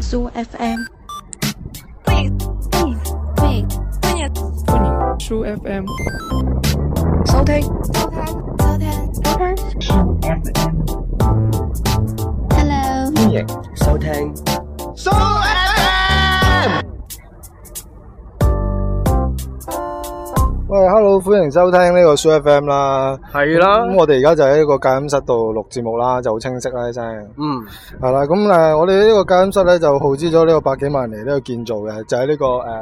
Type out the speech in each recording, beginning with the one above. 蘇 FM。歡迎歡迎歡迎歡迎書 FM。收聽收聽收聽收聽 FM， Hello，歡迎收聽。喂，hello，歡迎收聽呢個 Soo FM 啦。係啦，咁我哋而家就喺呢個隔音室度錄節目啦，就好清晰啦，真係。嗯，係啦，咁誒，我哋呢個隔音室咧就耗資咗呢個百幾萬嚟呢個建造嘅，就喺呢、個誒、呃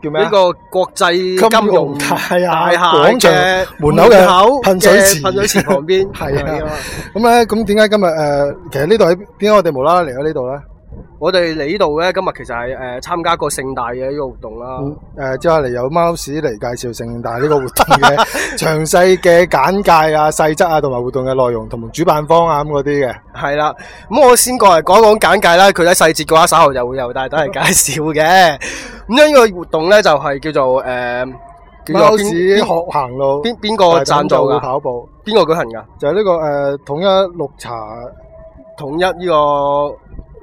叫咩呢啊？個國際金融大大廈廈廣場嘅門口嘅口噴水嘅池噴水池旁邊 係啊。咁咧，咁點解今日誒、呃其實呢度喺點解我哋無啦啦嚟咗呢度咧？ 我哋嚟呢度咧，今日其實係誒參加過盛大嘅一個活動啦。誒，之後嚟有貓屎嚟介紹盛大呢個活動嘅詳細嘅簡介啊、細則啊，同埋活動嘅內容，同埋主辦方啊咁嗰啲嘅。係啦，咁我先過嚟講講簡介啦。具體細節嘅話，稍後就會由大家嚟介 紹嘅。咁樣呢個活動咧就係叫做誒叫做貓邊屎學邊行路，邊邊個贊助嘅㗎？跑步，邊個舉行㗎？就係呢個誒統一綠茶統一呢個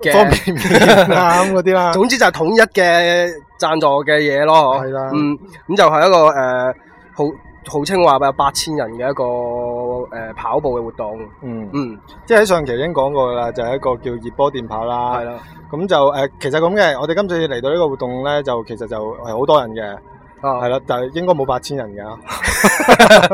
嘅方便麵啊咁嗰啲啦。 總之就係統一嘅贊助嘅嘢咯，係啦嗯，咁就係一個誒、呃號號稱話有八千人嘅一個誒、呃跑步嘅活動，嗯，嗯，即係喺上期已經講過㗎啦，就係一個叫熱波電跑啦係。啦，咁就誒，其實咁嘅，我哋今次嚟到呢個活動咧，就其實就係好多人嘅。啊，系啦，但係應該冇八千 人㗎。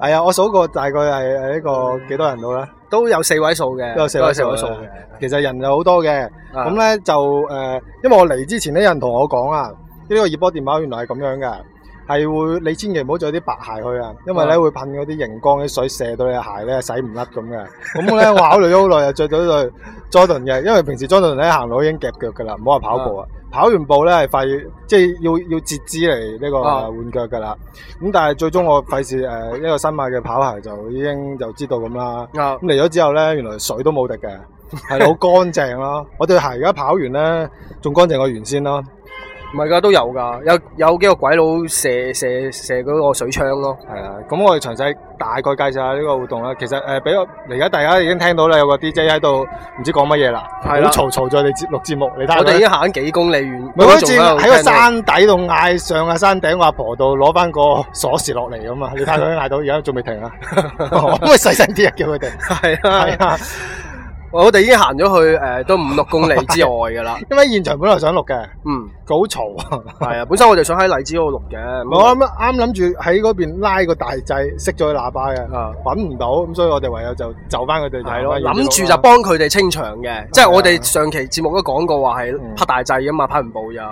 係啊，我數過大概係係呢個幾多人到咧？都有四位數嘅，都有四都位有數四位數嘅嘅，啊其實人就好多嘅。咁咁咧就誒、呃因為我嚟之前咧，有人同我講啊，呢、個熱波電話原來係咁樣嘅，係會你千祈唔好着啲白鞋去啊，因為咧、啊會噴嗰啲熒光啲水射到你嘅鞋咧洗唔甩咁嘅。咁我咧我考慮咗好耐，又着咗對 Jordan 嘅，因為平時 Jordan 咧行路已經夾腳㗎啦，唔好話跑步啊。跑完步咧係費，即係要要截肢嚟呢個啊呃換腳㗎啦。咁但係最終我費事呃誒一個新買嘅跑鞋就已經就知道咁啦。啊咁，嚟咗之後咧，原來水都冇滴 嘅，係好乾淨咯。我對鞋而家跑完咧，仲乾淨過原先咯。唔係㗎，都有㗎，有有幾個鬼佬射射射嗰個水槍咯，係啊，咁我哋詳細大概介紹下呢個活動啦。其實誒，俾、我而家大家已經聽到啦，有個 DJ 喺度唔知講乜嘢啦，好係啦嘈嘈在你節錄節目，你睇下我哋已佢。經行緊幾公里遠，咪好似都仲喺度個聽到山底度嗌上啊山頂個阿婆度攞翻個鎖匙落嚟咁啊！你睇 佢嗌到而家仲未停啊！可唔可以細聲啲啊？叫佢哋係係啊，啊，我哋已經行咗去誒都五六公里之外㗎啦，因為現場本來想錄嘅， 嗯，佢好嘈啊。係啊，本身我哋想喺荔枝嗰度錄嘅，咁我啱啱諗住喺嗰邊拉個大掣，熄咗佢喇叭嘅，啊。揾唔到，咁所以我哋唯有就就翻佢哋。系咯，就返遠啲諗住路就啦幫佢哋清場嘅，即係我係啊哋上期節目都講過話嗯係拍大掣噶嘛，拍完步又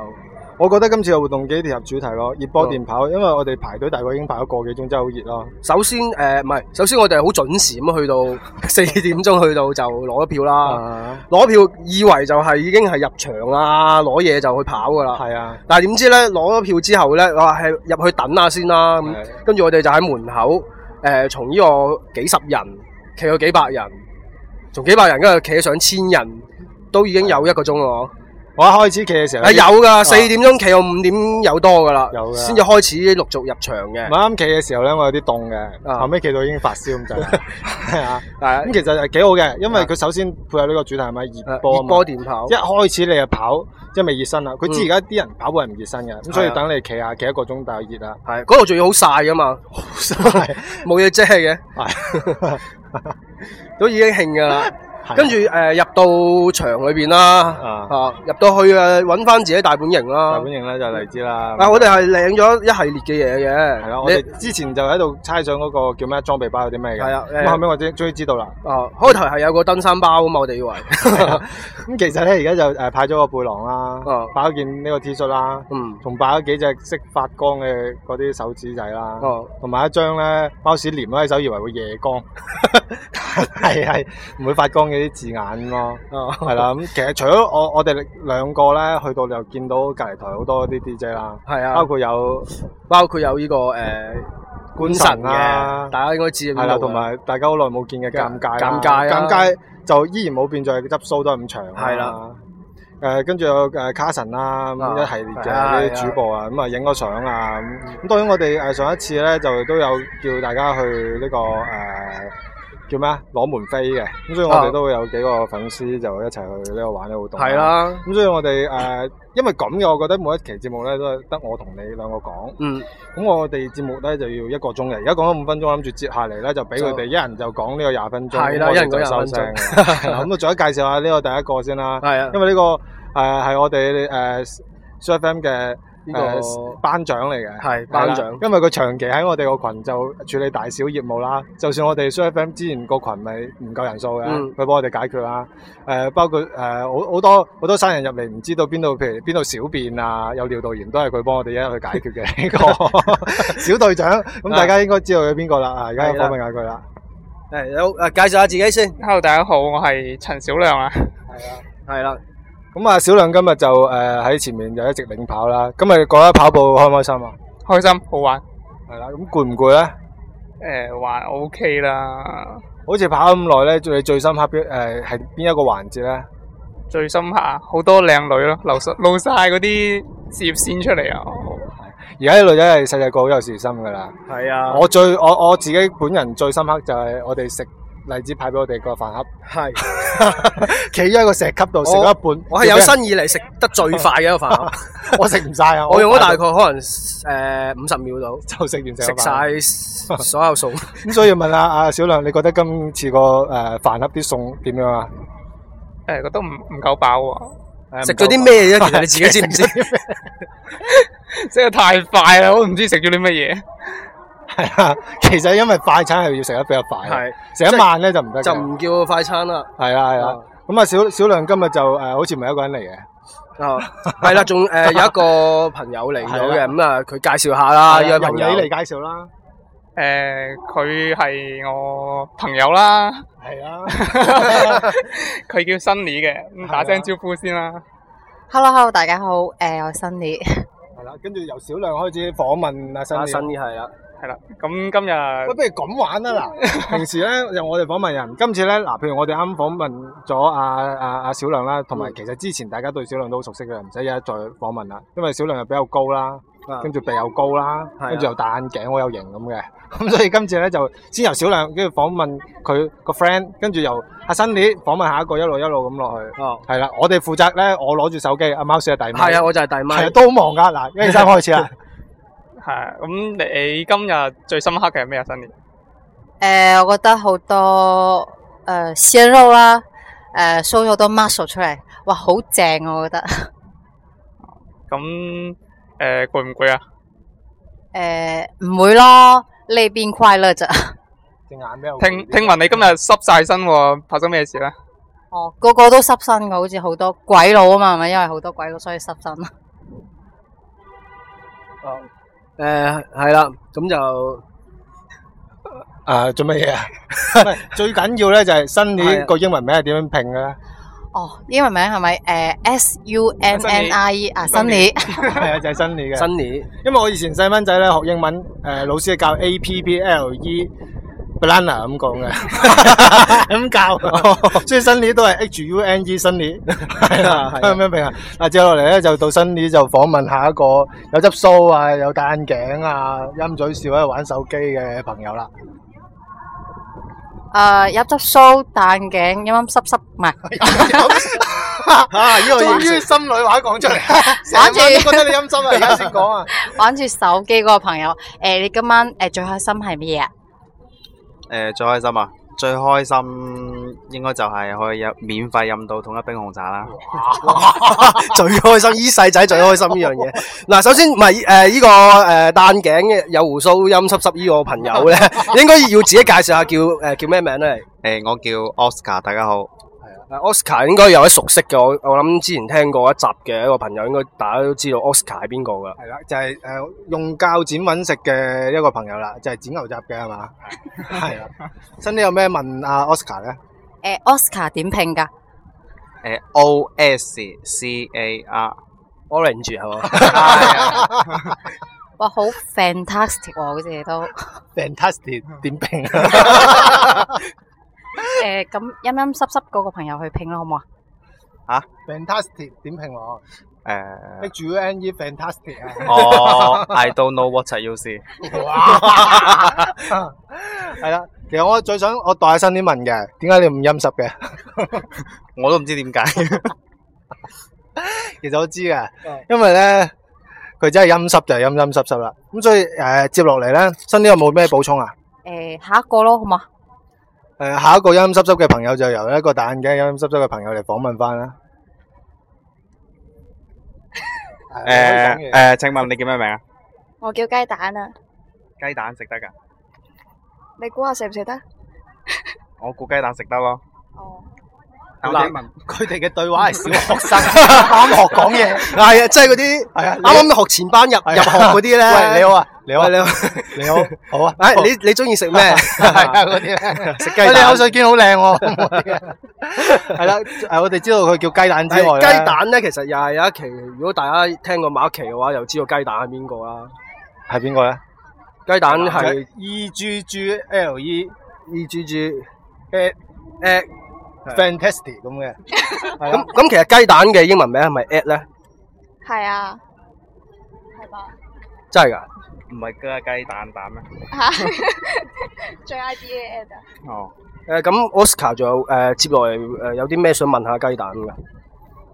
我覺得今次嘅活動幾貼合主題咯，熱波電哦跑，因為我哋排隊大概已經排咗個幾鐘，真係好熱咯。首先誒唔係，首先我哋好準時咁 去到四點鐘去到就攞咗票啦，啊，攞票以為就係已經係入場啦，攞嘢就去跑噶啦，係啊，但係點知咧攞咗票之後咧，話係入去等下先啦，咁係啊跟住我哋就喺門口誒從呢個幾十人企到幾百人，從幾百人跟住企上千人，都已經有一個鐘咯。我一開始企嘅時候啊有噶，啊四點鐘企到五點有多噶啦有，㗎先至開始陸續入場嘅唔。啱企嘅時候咧，我有啲凍嘅，啊後尾企到已經發燒咁滯 啦。係啊，係咁其實係幾好嘅，因為佢首先配合呢個主題係咪熱啊熱波啊嘛波電炮一，開始你就跑，即係未熱身啦。啊佢知而家啲人跑步係唔熱身嘅，咁所以係啊等你企下企一個鐘，大概熱啊啦。係嗰度仲要好晒噶嘛，冇嘢遮嘅，係都已經興噶啦。跟住誒入到場裏邊啊啦，啊入到去誒揾翻自己大本營大啦本。營咧就荔枝啦。啊，我哋係領咗一系列嘅嘢嘅，係啦，啊我哋之前就喺度猜想嗰個叫咩裝備包有啲咩嘅。係啊咁誒後尾我知終於知道啦。你啊開頭係有個登山包啊嘛，我哋以為， 咁其實咧而家就誒派咗個背囊啦啊，擺咗件呢個 T 恤啦，嗯，同擺咗幾隻識發光嘅嗰啲手指仔啦，哦，同埋一張咧貓屎黏咗喺手，以為會夜光， 係係唔會發光嘅啲字眼咁咯。哦，係啦，咁其實除咗我我哋兩個咧，去到又見到隔離台好多啲 DJ 啦，係包啊，括有包括有呢個誒官神啦嘅，大家應該知邊度係啦，㗎同埋大家好耐冇見嘅尷尬啦，啊尷尬尷啊尬就依然冇變，就係執須都係咁長啊。係啦誒跟住有誒卡神啦，咁啊一系列嘅係啊呢係啊啲主播啊，咁啊影咗相啊，咁咁當然我哋誒上一次咧就都有叫大家去呢個誒叫咩啊攞門飛嘅，咁所以我哋啊都會有幾個粉絲就一齊去呢度玩呢個活動。啊係，啦，咁所以我哋誒、呃因為咁嘅，我覺得每一期節目咧都係得我同你兩個講。嗯，咁我哋節目咧就要一個鐘嘅，而家講咗五分鐘，諗住接下嚟咧就俾佢哋就一人就講呢個廿分鐘，係咁啦我哋一人講就收20分鐘聲啦係啦咁啊，再介紹下呢個第一個先 啦，係啊因，為呢個誒係我哋誒 s u f m 嘅呢個誒班長嚟嘅。係係啦班長，因為佢長期喺我哋個群就處理大小業務啦。就算我哋 s u f m 之前個群咪唔夠人數嘅，嗯佢幫我哋解決啦。誒、包括誒好好多好多新人入嚟唔知道邊度，譬如邊度小便啊，有尿道炎都係佢幫我哋一一去解 決嘅呢個小隊長。咁大家應該知道佢邊個啦。啊，而家啊係啦訪問下佢啦。係有誒介紹下自己先， Hello，大家好，我係陳小亮啊。係啦，咁啊，小亮今日就誒喺、前面就一直領跑啦。今日覺得跑步開唔開心啊？開心好玩，係啦，咁攰唔攰咧？诶、還 OK 啦。好似跑咁耐咧，你最深刻邊誒係邊一個環節咧？最深刻啊好多靚女咯，流晒露晒嗰啲事業線出嚟啊！而家啲女仔係細細個好有事心噶啦。係啊，我最我我自己本人最深刻就係我哋食荔枝派俾我哋個飯盒，係。企咗喺個石級度食咗一半。我係有，生以嚟食得最快嘅一個飯盒， 我食唔晒啊！ 我用咗大概可能誒五十秒到， 就食完成個飯盒。食 晒所有餸。咁所以問下阿小亮，你覺得今次個誒飯盒啲餸點樣啊？ 诶、覺得唔唔夠飽喎，誒食咗啲？咩啫？其實 你自己知唔知？即係太快啦，我都唔知食咗啲乜嘢。係啊，其實因為快餐係要食得比較快，係食一慢咧就唔得嘅。就唔叫快餐啦。係啦係啦。咁啊，小小亮今日就誒好似唔係一個人嚟嘅。啊，係啦，仲誒有一個朋友嚟咗係嘅，啦咁啊，佢介紹下啦，呢由位朋你友嚟介紹啦。 诶、佢係我朋友啦，係啊。佢叫 Sunny 嘅，咁打聲招呼先啦。 Hello Hello，大家好，诶、我係 Sunny，系啦，跟住由小亮開始訪問阿新啊，嘅。新嘅係啦，係啦，咁今日 喂，不如咁玩啦嗱，平時咧由我哋訪問人，今次咧嗱，譬如我哋啱訪問咗阿阿阿小亮啦，同埋其實之前大家對小亮都好熟悉嘅，唔使一一再訪問啦，因為小亮又比較高啦，啊跟住鼻又高啦，係 啊跟住又戴眼鏡，好有型咁嘅，咁所以今次咧就先由小亮跟住訪問佢個 friend，跟住由阿新烈訪問下一個，一路一路咁落去，哦，係啦，我哋負責咧，我攞住手機，阿貓鼠係第係啊，我就係大係啊，媽，都好忙噶，嗱，一二三開始啦。係啊咁，你今日最深刻嘅係咩啊？Sunny 诶、呃我覺得好多诶、誒鮮肉啦，诶 show 咗好多 muscle 出嚟，哇，好正啊我覺得，咁诶攰唔攰啊？诶、呃唔會咯，呢邊快樂咋，隻眼比較攰聽啲聽聞你今日濕晒身喎，發生咩事咧？哦，個個都濕身嘅，好似好多鬼佬啊嘛，係咪？因為好多鬼佬所以濕身，哦誒係啦，咁就啊，做乜嘢 啊？唔係最緊要咧就係新係年啊個英文名係點樣拼嘅咧？哦，英文名係咪诶 S U N N I E 啊 Sunny ，Sunny，係啊，就係新年嘅。新年因為我以前細蚊仔咧學英文，誒老師係教 A P P L E banana 咁 講嘅，咁教，所以新年都係 H U N E 新年，係啊，係啊咁樣拼啊。嗱，接落嚟咧就到新年就訪問下一個有執須啊、有戴眼鏡啊、陰嘴笑喺度玩手機嘅朋友啦。诶呃入執鬚戴眼鏡，陰陰濕濕，唔係。啊！呢個終於心裏話講 出嚟，晚都覺得你陰心啊，而家先講啊。玩住手機嗰個朋友，诶、你今晚呃诶、誒最開心係乜嘢啊？诶、最開心啊！最開心應該就係可以 飲免費飲到統一冰紅茶啦。 最開心，依細仔最開心呢樣嘢。嗱，首先唔係誒依個誒戴眼鏡嘅有胡鬚陰濕濕依個朋 友咧，應該要自己介紹下叫誒叫咩名咧？诶、我叫 Oscar，大家好。啊，Oscar 應該有啲熟悉嘅，我我諗之前聽過一集嘅一個朋友，應該大家都知道 Oscar 係邊個噶啦。系啦，就係誒用鉸剪揾食嘅一個朋友啦，就係剪牛雜嘅係 嘛？係啦，新啲有咩問阿 Oscar 咧？诶、o s c a r 點拼㗎？诶、o S C A R。 Orange 係 嘛？哇，好 fantastic 喎、好似都 Fantastic 點評诶，咁陰陰濕濕嗰個朋友去拼啦，好唔好啊？ ？Fantastic 點評我诶、 ？H U N E Fantastic 啊！我 I don't know what you see。哇！係啦，其其實我最想我代下新啲問嘅，點解你唔陰濕嘅？我都唔知點解。其實我知嘅，因為咧佢真係陰濕就係陰陰濕濕啦。咁所以诶、呃接落嚟咧，新啲有冇咩補充啊？诶、下一個咯，好嘛？诶、下一個陰陰濕濕嘅朋友就由一個戴眼鏡陰陰濕濕嘅朋友嚟訪問翻啦。 诶誒诶，請問你叫咩名啊？我叫雞蛋啊，雞蛋食得㗎？你估下食唔食得？我估雞蛋食得咯。哦，但我嗱佢哋嘅對話係小 學生啱學講嘢。系啊，即系嗰啲係啊，啱啱学前班入入学嗰啲咧。 喂，你好啊，你好啊喂，，你 你好，好，好啊，诶，你你中意食咩？係 啊嗰啲咧，食雞喂蛋你口水見好靚喎。 係啦，诶，我哋知道佢叫雞蛋之外係咧，雞蛋咧，其實又係有一期，如果大家聽過某一期嘅話，又知道雞蛋係邊個啦。係邊個咧？雞蛋係係 E G G L E E G G 嘅誒 fantastic 咁嘅，係咁啦，咁，其實雞蛋嘅英文名係咪 at 咧？係 à? 啊，係吧？真係㗎，唔係雞雞蛋蛋咩？吓，最 I D A N 啊，哦。誒咁 Oscar 仲有誒接落嚟誒有啲咩想問下雞蛋㗎？唔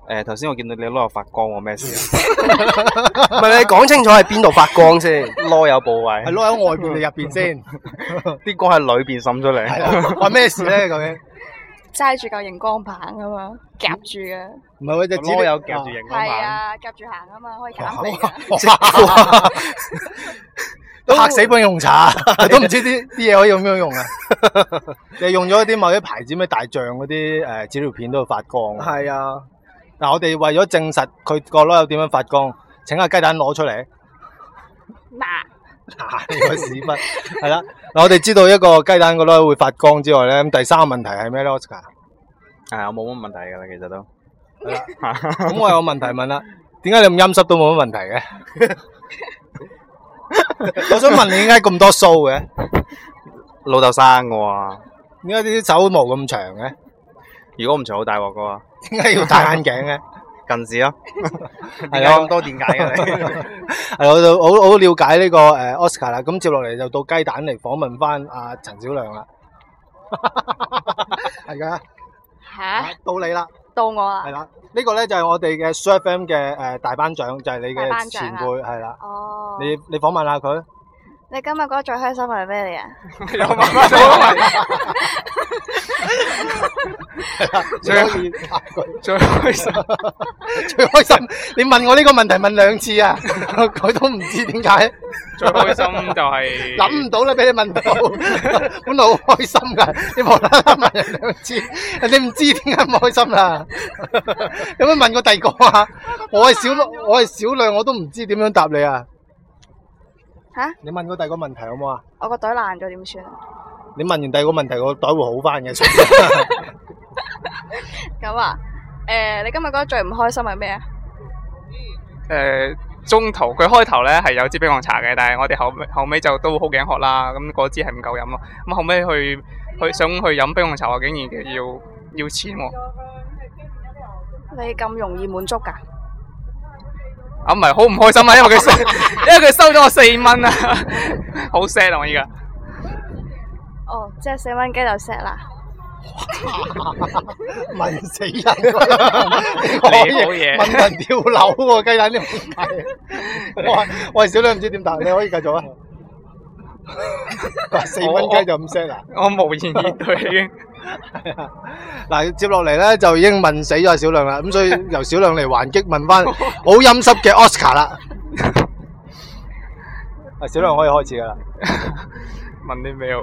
诶，頭先我見到你攞個發光喎，咩事係你講清楚係邊度發光先？啊？啰有部位，係攞喺外邊定入邊先？啲光喺裏邊滲出係嚟。啦，話咩事咧？究竟揸住嚿熒光棒啊嘛，夾住 à. 嘅，唔係喎，就啰有夾住熒光係棒。啊，夾住行啊嘛，可以減肥㗎。都嚇死杯用茶，都唔知啲啲嘢可以咁樣用啊！你用咗啲某啲牌子咩大象嗰啲誒紙尿片都會發光。係啊，嗱，我哋為咗證實佢個螺有點樣發光，請阿雞蛋攞出嚟。嗱，嗱，呢個屎忽係啦。嗱，我哋知道一個雞蛋個螺會發光之外咧，咁第三個問題係咩咧，Oscar？係啊，我冇乜問題㗎啦，其實都。 咁我有個問題問啦，點解你咁陰濕都冇乜問題嘅？ 我想問你點解咁多須嘅？老豆生嘅喎，點解啲手毛咁長嘅？如果唔除好大鑊嘅點 解要戴眼鏡嘅？喎，近視咯。點解係啊咁多電解嘅你？係我就好好了解呢個誒 Oscar 啦。咁接落嚟就到雞蛋嚟訪問翻阿陳小亮 啦。係噶，吓，到你啦，到我啊係，啦。呢個咧就係我哋嘅 s u r f m 嘅誒大班長，就係你大嘅班長前啊輩，係啦。哦，Ờ, 你你訪問下 佢。你今日覺得最開心係咩嚟啊？最 可以答佢最開心最開心，你問我呢個問題問兩次啊，佢都唔知點解，最開心 就係諗唔到啦，俾你問到， 本來好開心噶，你無啦啦問人兩次，你唔知點解唔開心啦。 有冇問過第二個啊？我係小亮我係小亮，我都唔知點樣答你啊。吓，你問過第二個問題好冇啊？ờ, 我個袋爛咗點算啊？你問完第二個問題，個袋會好翻嘅。咁啊，誒，你今日覺得最唔開心係咩啊？誒中途佢開頭咧係有支冰糖茶嘅，但係我哋後尾後尾就都好頸渴啦，咁嗰支係唔夠飲咯。咁後尾去去想去飲冰糖茶，我竟然要要錢喎、你咁容易滿足㗎？啊唔係好唔開心啊，因為佢收 因為佢收咗我四蚊啊， 好 sad 啊我依家。哦，即係四蚊雞就 set 啦。問死人，你好嘢問人跳樓喎，雞蛋呢個問題。我話我係小女唔知點答，你可以繼續啊。佢話四蚊雞就咁 set 啊！我無言以對已經。嗱，接落嚟咧就已經問死咗小亮啦，咁所以由小亮嚟還擊問翻好陰濕嘅 Oscar 啦。啊，小亮可以開始噶啦，問啲咩好？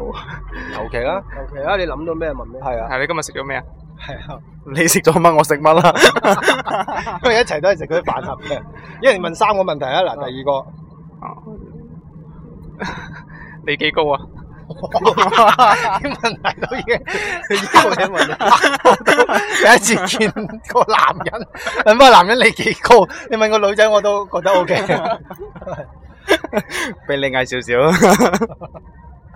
求其啦，求其啦，你諗到咩問咩？ 係啊，係你今日食咗咩啊？係啊，你食咗乜，我食乜啦。因為一齊都係食嗰啲飯盒嘅，一人問三個問題啊，嗱，第二個。哦你幾高啊？ 啲問題都已經你已經冇問題。第一次見個男人，問翻男人你幾高？你問個女仔我都覺得 O K。 俾你嗌少少。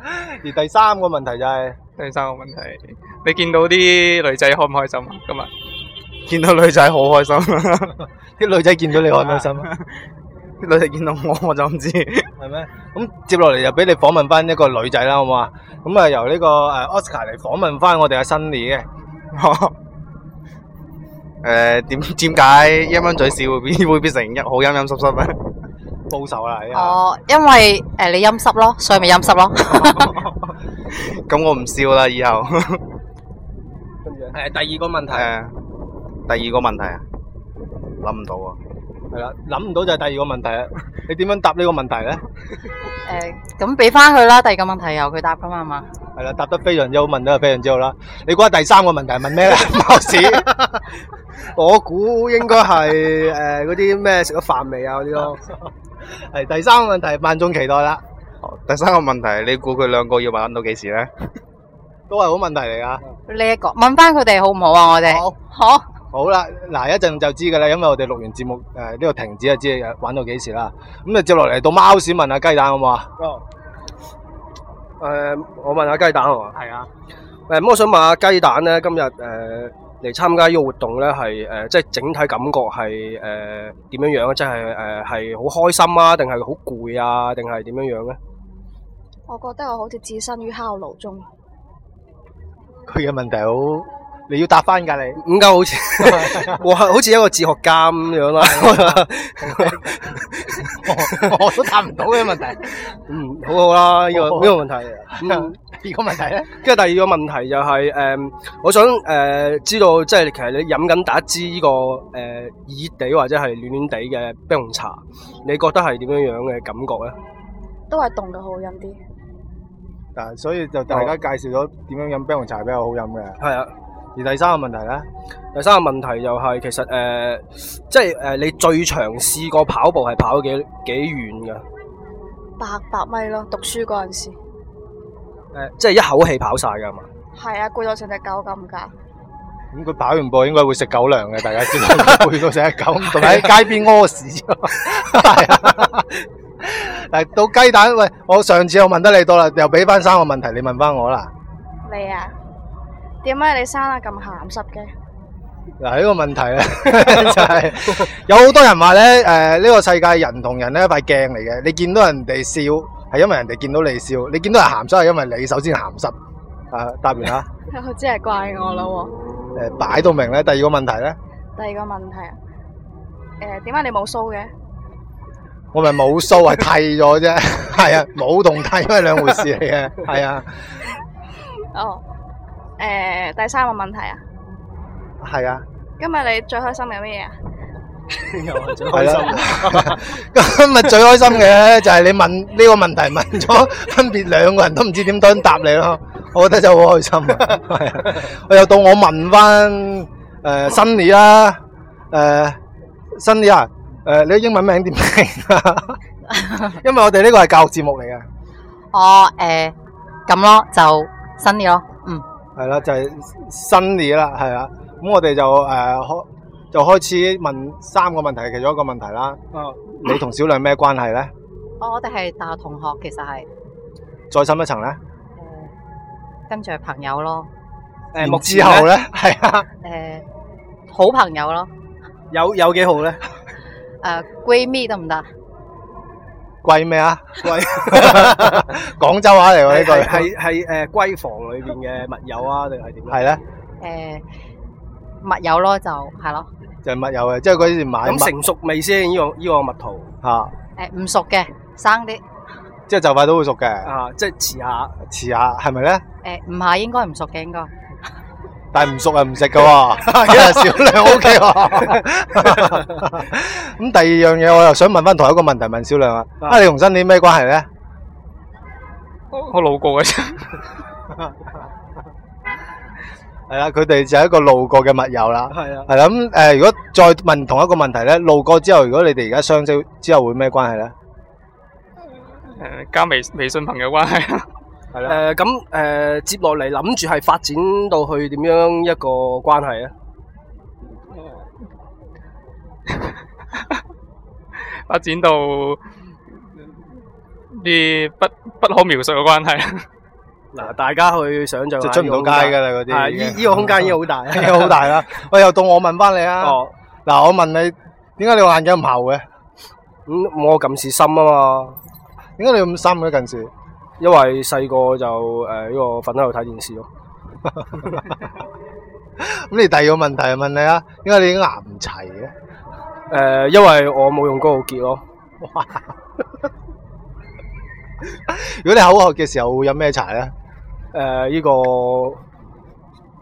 而第三個問題就係、第三個問題，你見到啲女仔開唔開心啊？今日見到女仔好開心。啲女仔見到你開唔開心啊？女仔見到我我就唔知。系咩？咁接落嚟就俾你訪問翻一個女仔啦，好唔好啊？咁啊，由呢個诶 Oscar 嚟訪問翻我哋嘅 Sunny 嘅。誒點點解一蚊嘴笑會變會變成一好陰陰濕濕咧？報仇啦！依家哦，因為誒、呃你陰濕咯，所以咪陰濕咯。咁我唔笑啦，以後。诶， 第二個問題誒，第二個問題啊，諗唔到啊。係啦，諗唔到就係第二個問題 啦。你點樣答呢個問題咧？ 誒咁俾翻佢啦，第二個問題由佢答噶嘛係嘛？係啦，答得非常之好，問得非常之好啦。你估下第三個問題係問咩咧？貓 屎， 我估應該係诶嗰啲咩食咗飯未啊 嗰啲咯。係第三個問題，萬眾期待啦，好第三個問題，你估佢兩個要玩到幾時咧？ 都係好問題嚟噶。呢一個問翻佢哋好唔好啊？我哋好好好啦，嗱一陣就知㗎啦，因為我哋錄完節目誒呢、個停止就知呃玩到幾時啦。咁就接落嚟到貓屎問下雞蛋好唔好啊？哦。誒、我問下雞蛋好嘛？係啊，誒，咁我想問下雞蛋咧，今日誒嚟參加呢個活動咧，係誒即係整體感覺係誒點樣樣啊？即係誒係好開心啊，定係好攰啊，定係點樣樣咧？我覺得我好似置身於烤爐中。佢嘅問題好，你要答翻㗎你。 點解好似 我係好似一個哲學家咁 樣啦？ 我我都答唔到嘅問題。嗯，好好啦，呢、啊個呢、個問題。 嗯，第二個問題咧，跟住第二個問題就係、誒我想誒、知道，即係其實你飲緊第一支呢、個誒、熱地或者係暖暖地嘅冰紅茶，你覺得係點樣樣嘅感覺咧？都係凍嘅好飲啲。嗱，所以就大家介紹咗點樣飲冰紅茶係比較好飲嘅。係啊，而第三個問題咧，第三個問題就係、其實誒、即係誒、你最長試過跑步係跑咗幾幾遠㗎？誒、八百米咯，讀書嗰陣時，即係一口氣跑晒㗎係嘛？係啊，攰到成隻狗咁㗎。咁佢跑完步應該會食狗糧嘅，大家 知道背到成隻狗，同埋喺街邊屙屎。係啊嗱，到雞蛋，喂，我上次我問得你多啦，又俾翻三個問題，你問翻我啦。你啊，點解你生得咁鹹濕嘅？嗱呢個問題咧， 就係有好多人話咧，誒、呢、個世界人同人咧塊鏡嚟嘅，你見到人哋笑係因為人哋見到你笑，你見到人鹹濕係因為你首先鹹濕。啊，答完啦，真係怪我啦喎！誒、擺到明咧，第二個問題咧，第二個問題啊，誒、點解你冇鬚嘅？我咪冇須係剃咗啫，係啊，冇同剃係兩回事嚟嘅，係啊，哦，誒、第三個問題啊，係啊。今日你最開心嘅咩嘢啊？系 啦，今日最開心嘅就係你問呢個問題問咗，分別兩個人都唔知點樣答你咯。我覺得就好開心啊！係啊我又到我問翻诶新年啦，诶新年啊，诶、你英文名點名啊？因為我哋呢個係教育節目嚟嘅，哦誒咁咯，就新啲咯，嗯係啦，就係新年啦，係啦。咁我哋就诶开、就開始問三個問題，其中一個問題啦。你同小亮咩關係咧？我哋係大學同學，其實係再誒、深一層咧？跟住係朋友咯，誒然之後 咧，係啊，誒、好朋友咯，有有幾好咧？誒、閨蜜得唔得？貴咩啊？ 貴廣州話嚟喎呢係句，係係誒閨房裏邊嘅密友啊，定係點咧？係咧，誒、呃密友咯，就係咯，就係密友嘅，即係嗰時買咁麥成熟未先？呢、個呢、個蜜桃嚇，誒、呃唔熟嘅生啲，即係就快都會熟嘅，啊，即係遲下遲下係咪咧？誒呃唔係應該唔熟嘅應該。但係唔熟啊唔食嘅 喎，小亮 OK 喎。咁第二樣嘢我又想問翻同一個問題問小亮啊，啊你同新年咩關係咧？我我路過嘅 啫。係啦，佢哋就係一個路過嘅密友啦。係啊。係啦，咁誒如果再問同一個問題咧，路過之後，如果你哋而家相識之後會咩關係咧？誒加微微信朋友關係啊啦，係誒。咁誒，接落嚟諗住係發展到去點樣一個關係咧？ 發展到啲不不可描述嘅關係。啊嗱，大家去想像就下出唔呢個到空間街㗎啦嗰啲啊已依經依個空間已經好大，已 經好大 Ờ. 啦。喂，又到我問翻你啊！哦，嗱，我問你，點解你個眼鏡唔厚嘅？咁我近視深啊嘛，點解你咁深嘅近視？因為細個就誒呢個瞓喺度睇電視咯。咁你第二個問題問你啊，點解你牙唔齊嘅？誒、因為我冇用高露潔咯。 如果你口渴嘅時候會飲咩茶咧？誒、呢、個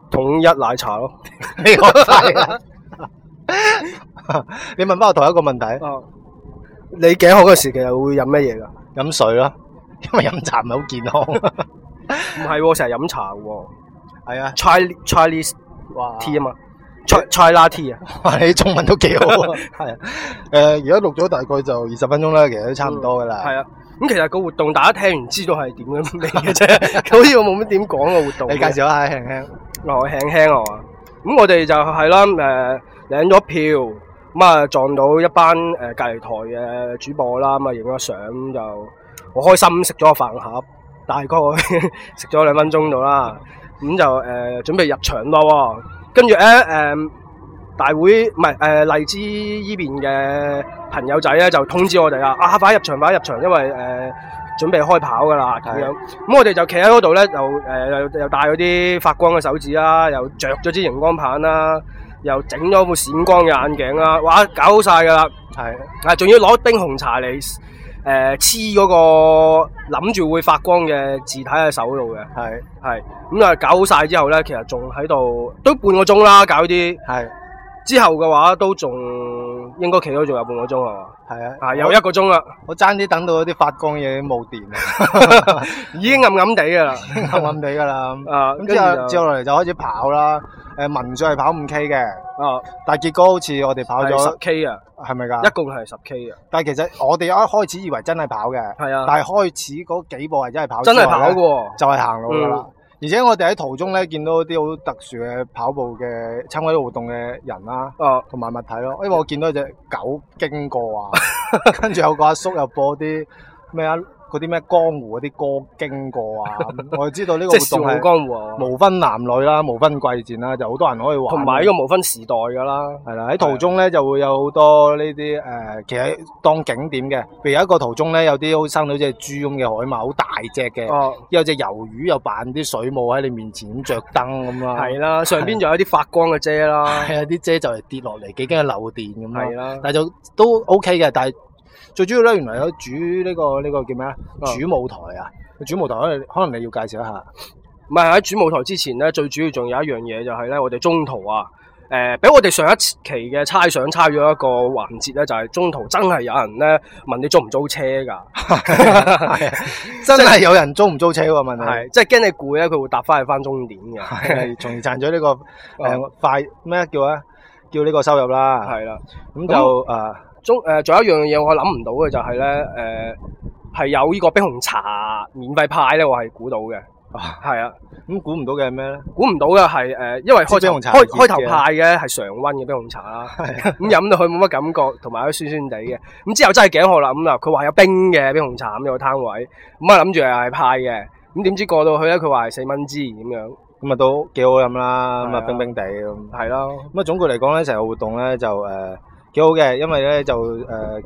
統一奶 茶咯。你好快啊！ 你問翻我同一個問題，啊，你頸渴嗰時其實會飲乜嘢㗎？飲水啦，因為飲茶唔係好健康。 唔係喎，成日飲茶喎。係啊， Chinese Chinese 哇 tea 啊嘛，Chi China tea 啊。哇！你中文都幾好啊，係啊。誒，而家錄咗大概就二十分鐘啦，其實都差唔多噶啦。係啊。咁其實個活動大家聽完知道係點樣味嘅啫， 好似我冇乜點講個活動。你介紹一下輕輕。我輕輕我啊，咁我哋就係啦，誒、領咗票，咁啊撞到一班誒、隔離台嘅主播啦，咁啊影咗相就好開心，食咗個飯盒，大概 食咗兩分鐘到啦，咁就誒、準備入場咯喎，跟住咧誒大會唔係誒荔枝依邊嘅朋友仔咧就通知我哋啦，啊快入場快入場，因為誒、準備開跑噶啦咁樣。咁我哋就企喺嗰度咧，就誒、又又戴咗啲發光嘅手指啦，又着咗支熒光棒啦，又整咗副閃光嘅眼鏡啦，哇，搞好晒噶啦！係啊，仲要攞冰紅茶嚟誒黐嗰個諗住會發光嘅字體喺手度嘅，係係咁啊，搞好晒之後咧，其實仲喺度都半個鐘啦，搞啲係之後嘅話都仲應該企咗仲有半個鐘係嘛？係啊！啊，有一個鐘啦，我爭啲等到啲發光嘢冇電 啊，已經暗暗地㗎啦，暗暗地噶啦。啊，咁跟之後接住就落嚟就開始跑啦。誒，文最係跑五 K 嘅，啊，但係結果好似我哋跑係十咗 K 啊。係咪㗎？一共係十 K 嘅，但係其實我哋一開始以為真係跑嘅，係啊但係開始嗰幾步係真係跑，真係跑嘅，嗯喎，就係行路㗎啦。而且我哋喺途中咧見到啲好特殊嘅跑步嘅參加啲活動嘅人啦，哦，同埋物體咯。因為我見到有隻狗經 過啊，跟住有個阿叔又播啲咩啊，嗰啲咩江湖嗰啲歌經 過啊，我就知道呢個活即係笑動傲係江湖啊，無分男女啦，無分貴賤啦，就好多人可以玩。同埋呢個無分時代㗎啦，係啦，喺途中咧就會有好多呢啲誒，其實當景點嘅，譬如有一個途中咧有啲好生到隻豬咁嘅海馬，好大隻嘅，哦，有隻魷魚又扮啲水母喺你面前咁着燈 咁啦，係啦，上邊仲有啲發光嘅遮啦，係啊，啲遮就嚟跌落嚟，幾驚漏電咁係啦。啦，但係就都 OK 嘅，但係最主要咧，原來有主呢、個呢、個叫咩啊？啊主舞台啊，主舞台可能可能你要介紹一下，唔係喺主舞台之前咧，最主要仲有一樣嘢就係咧，我哋中途啊。誒，俾、我哋上一期嘅猜想猜咗一個環節咧，就係、中途真係有人咧問你租唔租車㗎， 真 係有人租唔租車喎？問你。係即係驚你攰咧，佢會搭翻去翻終點嘅，係，從而賺咗呢個誒快咩叫啊？叫呢個收入啦。係啦。咁就啊，呃中誒，仲、有一樣嘢我諗唔到嘅就係咧誒，係、有呢個冰紅茶免費派咧，我係估到嘅，係啊，咁估唔到嘅係咩咧？估唔到嘅係誒，因為開即係冰頭紅茶開熱嘅啊開頭派嘅係常温嘅冰紅茶啦，咁飲到佢冇乜感覺，同埋佢酸酸地嘅，咁之後真係頸渴啦，咁啊佢話有冰嘅冰紅茶咁有個攤位，咁啊諗住係派嘅，咁點知過到去咧佢話係四蚊支咁樣，咁啊都幾好飲啦，咁係啊啊冰冰地咁。係咯，咁啊總括嚟講咧，成個活動咧就誒幾好嘅，因為咧就誒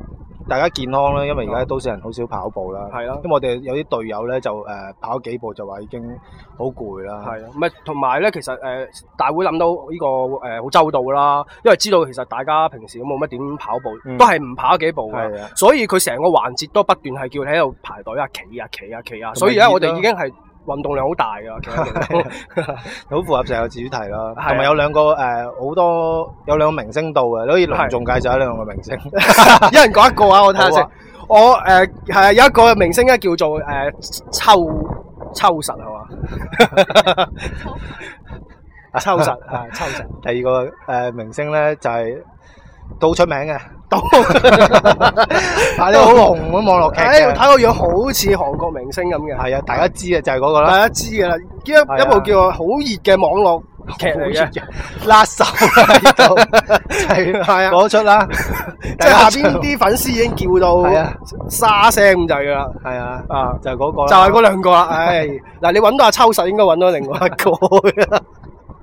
大家健康啦，因為而家都市人好少跑步啦。係咯咁。我哋有啲隊友咧就誒跑幾步就話已經好攰啦。係啊，唔係同埋咧，其實誒、呃大會諗到呢、個誒好、周到啦，因為知道其實大家平時都冇乜點跑步，嗯都係唔跑幾步嘅，係啊，所以佢成個環節都不斷係叫你喺度排隊啊、企啊、企啊、企同啊，埋所以咧熱啦我哋已經係運動量好大㗎 啦，企喺度好符合成個主題啦。係啊同埋有兩個誒好多有兩個明星到嘅，你可以隆係重介紹一兩個 明星。一人講一個啊，我睇下好先啊。我誒係、啊有一個明星咧叫做誒、呃秋秋實係 嘛？秋實啊，秋實。 第二個誒、呃明星咧就係、都出名嘅， 到但係好紅咁網絡劇誒，我嘅，睇個樣好似韓國明星咁嘅。啊係啊，大家知嘅就係嗰個大啦，啊家知噶啦，一一部叫做《好熱》嘅網絡劇 嚟嘅，拉手 啦，就係 係啊嗰出啦，即係下邊啲粉絲已經叫係啊到沙聲咁滯噶啦，係啊，啊！就係嗰個 就啦，係嗰兩個啦，唉，嗱，你揾到阿秋實應該揾到另外一個嘅，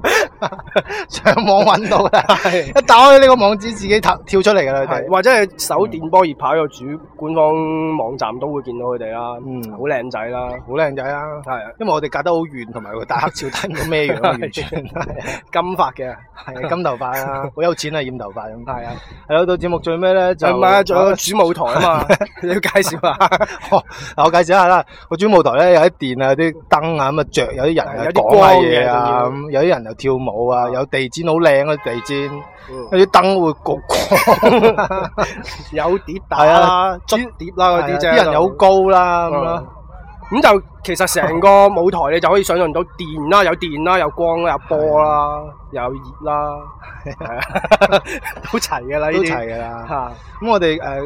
上網揾到啦， 一打開呢個網址自己跳跳出嚟㗎啦，佢係哋。或者係手電波熱跑有主官方網站都會見到佢哋啦，嗯，好靚仔啦，好靚仔啊！係啊因為我哋隔得好遠，同埋佢打黑照睇唔到咩樣，啊完全係金髮嘅，係金頭髮啊，好有錢啊，染頭髮咁。係啊，係咯，到節目最尾咧就就唔係 啊，仲有個主舞台啊嘛，你要介紹下，我嗱我介紹一下 啦，個主舞台咧有啲電啊，有啲燈啊，咁啊着有啲人啊係有啲講下嘢啊，光咁有啲人又跳舞啊，有地氈好靚啊，地氈嗯有啲燈會焗光，有碟打係啦啊，捽碟啦嗰係啊啲啫，啲人又好高啦咁嗯咯，咁就其實成個舞台你就可以想象到電啦，有電啦，有光啦，有 波啦，又有熱啦，係啊， 都齊嘅啦呢都啲，齊㗎啦。嚇，咁我哋誒、呃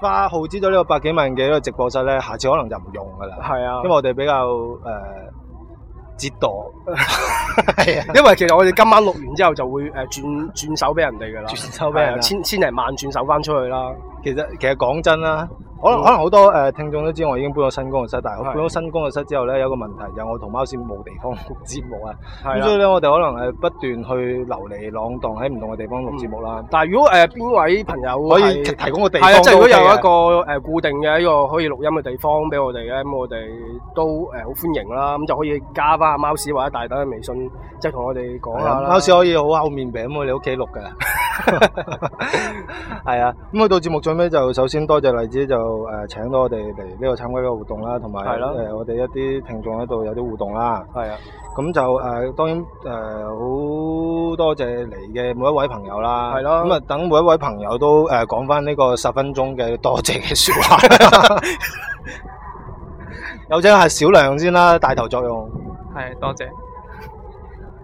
花耗資咗呢個百幾萬嘅呢個直播室咧，下次可能就唔用噶啦，係啊因為，我哋比較誒、呃、折墮，係啊，因為其實我哋今晚錄完之後就會誒呃轉轉手俾人哋㗎啦，轉手俾人係啊啦千千零萬轉手翻出去啦，其實其實講真啦，可能嗯可能好多誒、呃、聽眾都知我已經搬咗新工作室，但係我係搬咗新工作室之後咧，有一個問題就係我同貓屎冇地 方錄節目啊，係咁啦所以。咧我哋可能誒不斷去流離浪蕩喺唔同嘅地方錄節目啦，但係如果誒呃邊、位朋友可係以提供個地係啊，方即係都如果 OK 有嘅，一個誒、呃固定嘅一個可以錄音嘅地方俾我哋嘅，咁我哋都呃誒好、歡迎啦。咁就可以加翻阿貓屎或者大等嘅微信，即係同我哋 講係下啊啦。貓屎可以好厚面餅喎，你屋企錄㗎。係啊，咁去到節目最尾就首先多謝荔枝就誒、呃、請到我哋嚟呢度參加呢個活動啦，同埋係咯誒我哋一啲聽眾喺度有啲互動啦。係啊，咁就誒、呃、當然誒好、多謝嚟嘅每一位朋友啦。係咯咁啊等每一位朋友都誒講翻呢個十分鐘嘅多謝嘅説話。 有請係小亮先啦，帶頭作用。係多謝。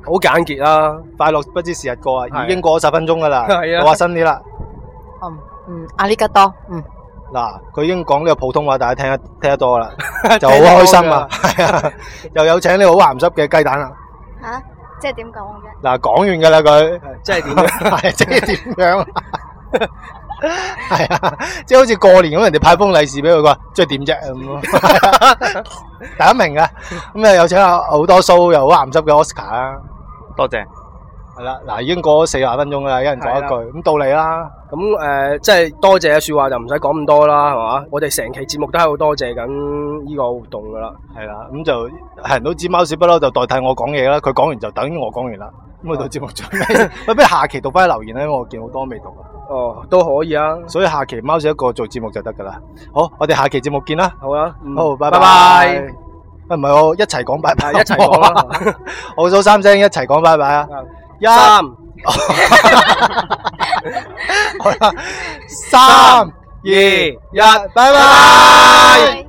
好簡潔啦。快樂不知時日過係啊啊，已經過咗十分鐘㗎啦。係啊我話新啲啦。嗯嗯，阿里吉多，嗯，嗱，佢已經講呢個普通話，大家聽得聽得 多啦，就好開心啊！係啊， 又有請呢個好鹹濕嘅雞蛋啦。吓，即係點講啫？嗱，講完㗎啦佢，即 係點樣？係即係點樣啊？ 係啊，即係好似過年咁，人哋派封利是俾佢，佢話即係點啫咁 咯。大家明㗎。咁啊，有請阿好多蘇又好鹹濕嘅 Oscar 啦。多謝。係啦，嗱，已經過咗四十分鐘㗎啦，一人講一句，咁到你啦。咁誒、呃即係多謝嘅説話就唔使講咁多啦，係嘛？我哋成期節目都喺度多謝緊呢個活動㗎啦。係啦，咁就係人都知貓屎不嬲就代替我講嘢啦，佢講完就等於我講完啦。咁去到節目最尾， 喂，不如下期讀翻留言咧，我見好多未讀啊，哦，都可以啊。所以下期貓屎一個做節目就得噶啦。好，我哋下期節目見啦。好啊，嗯好，拜拜拜。喂唔係我一齊講拜拜，係一齊講啦。 我數三聲，一齊講拜拜啊！一，三好啦，三二一，拜拜。拜。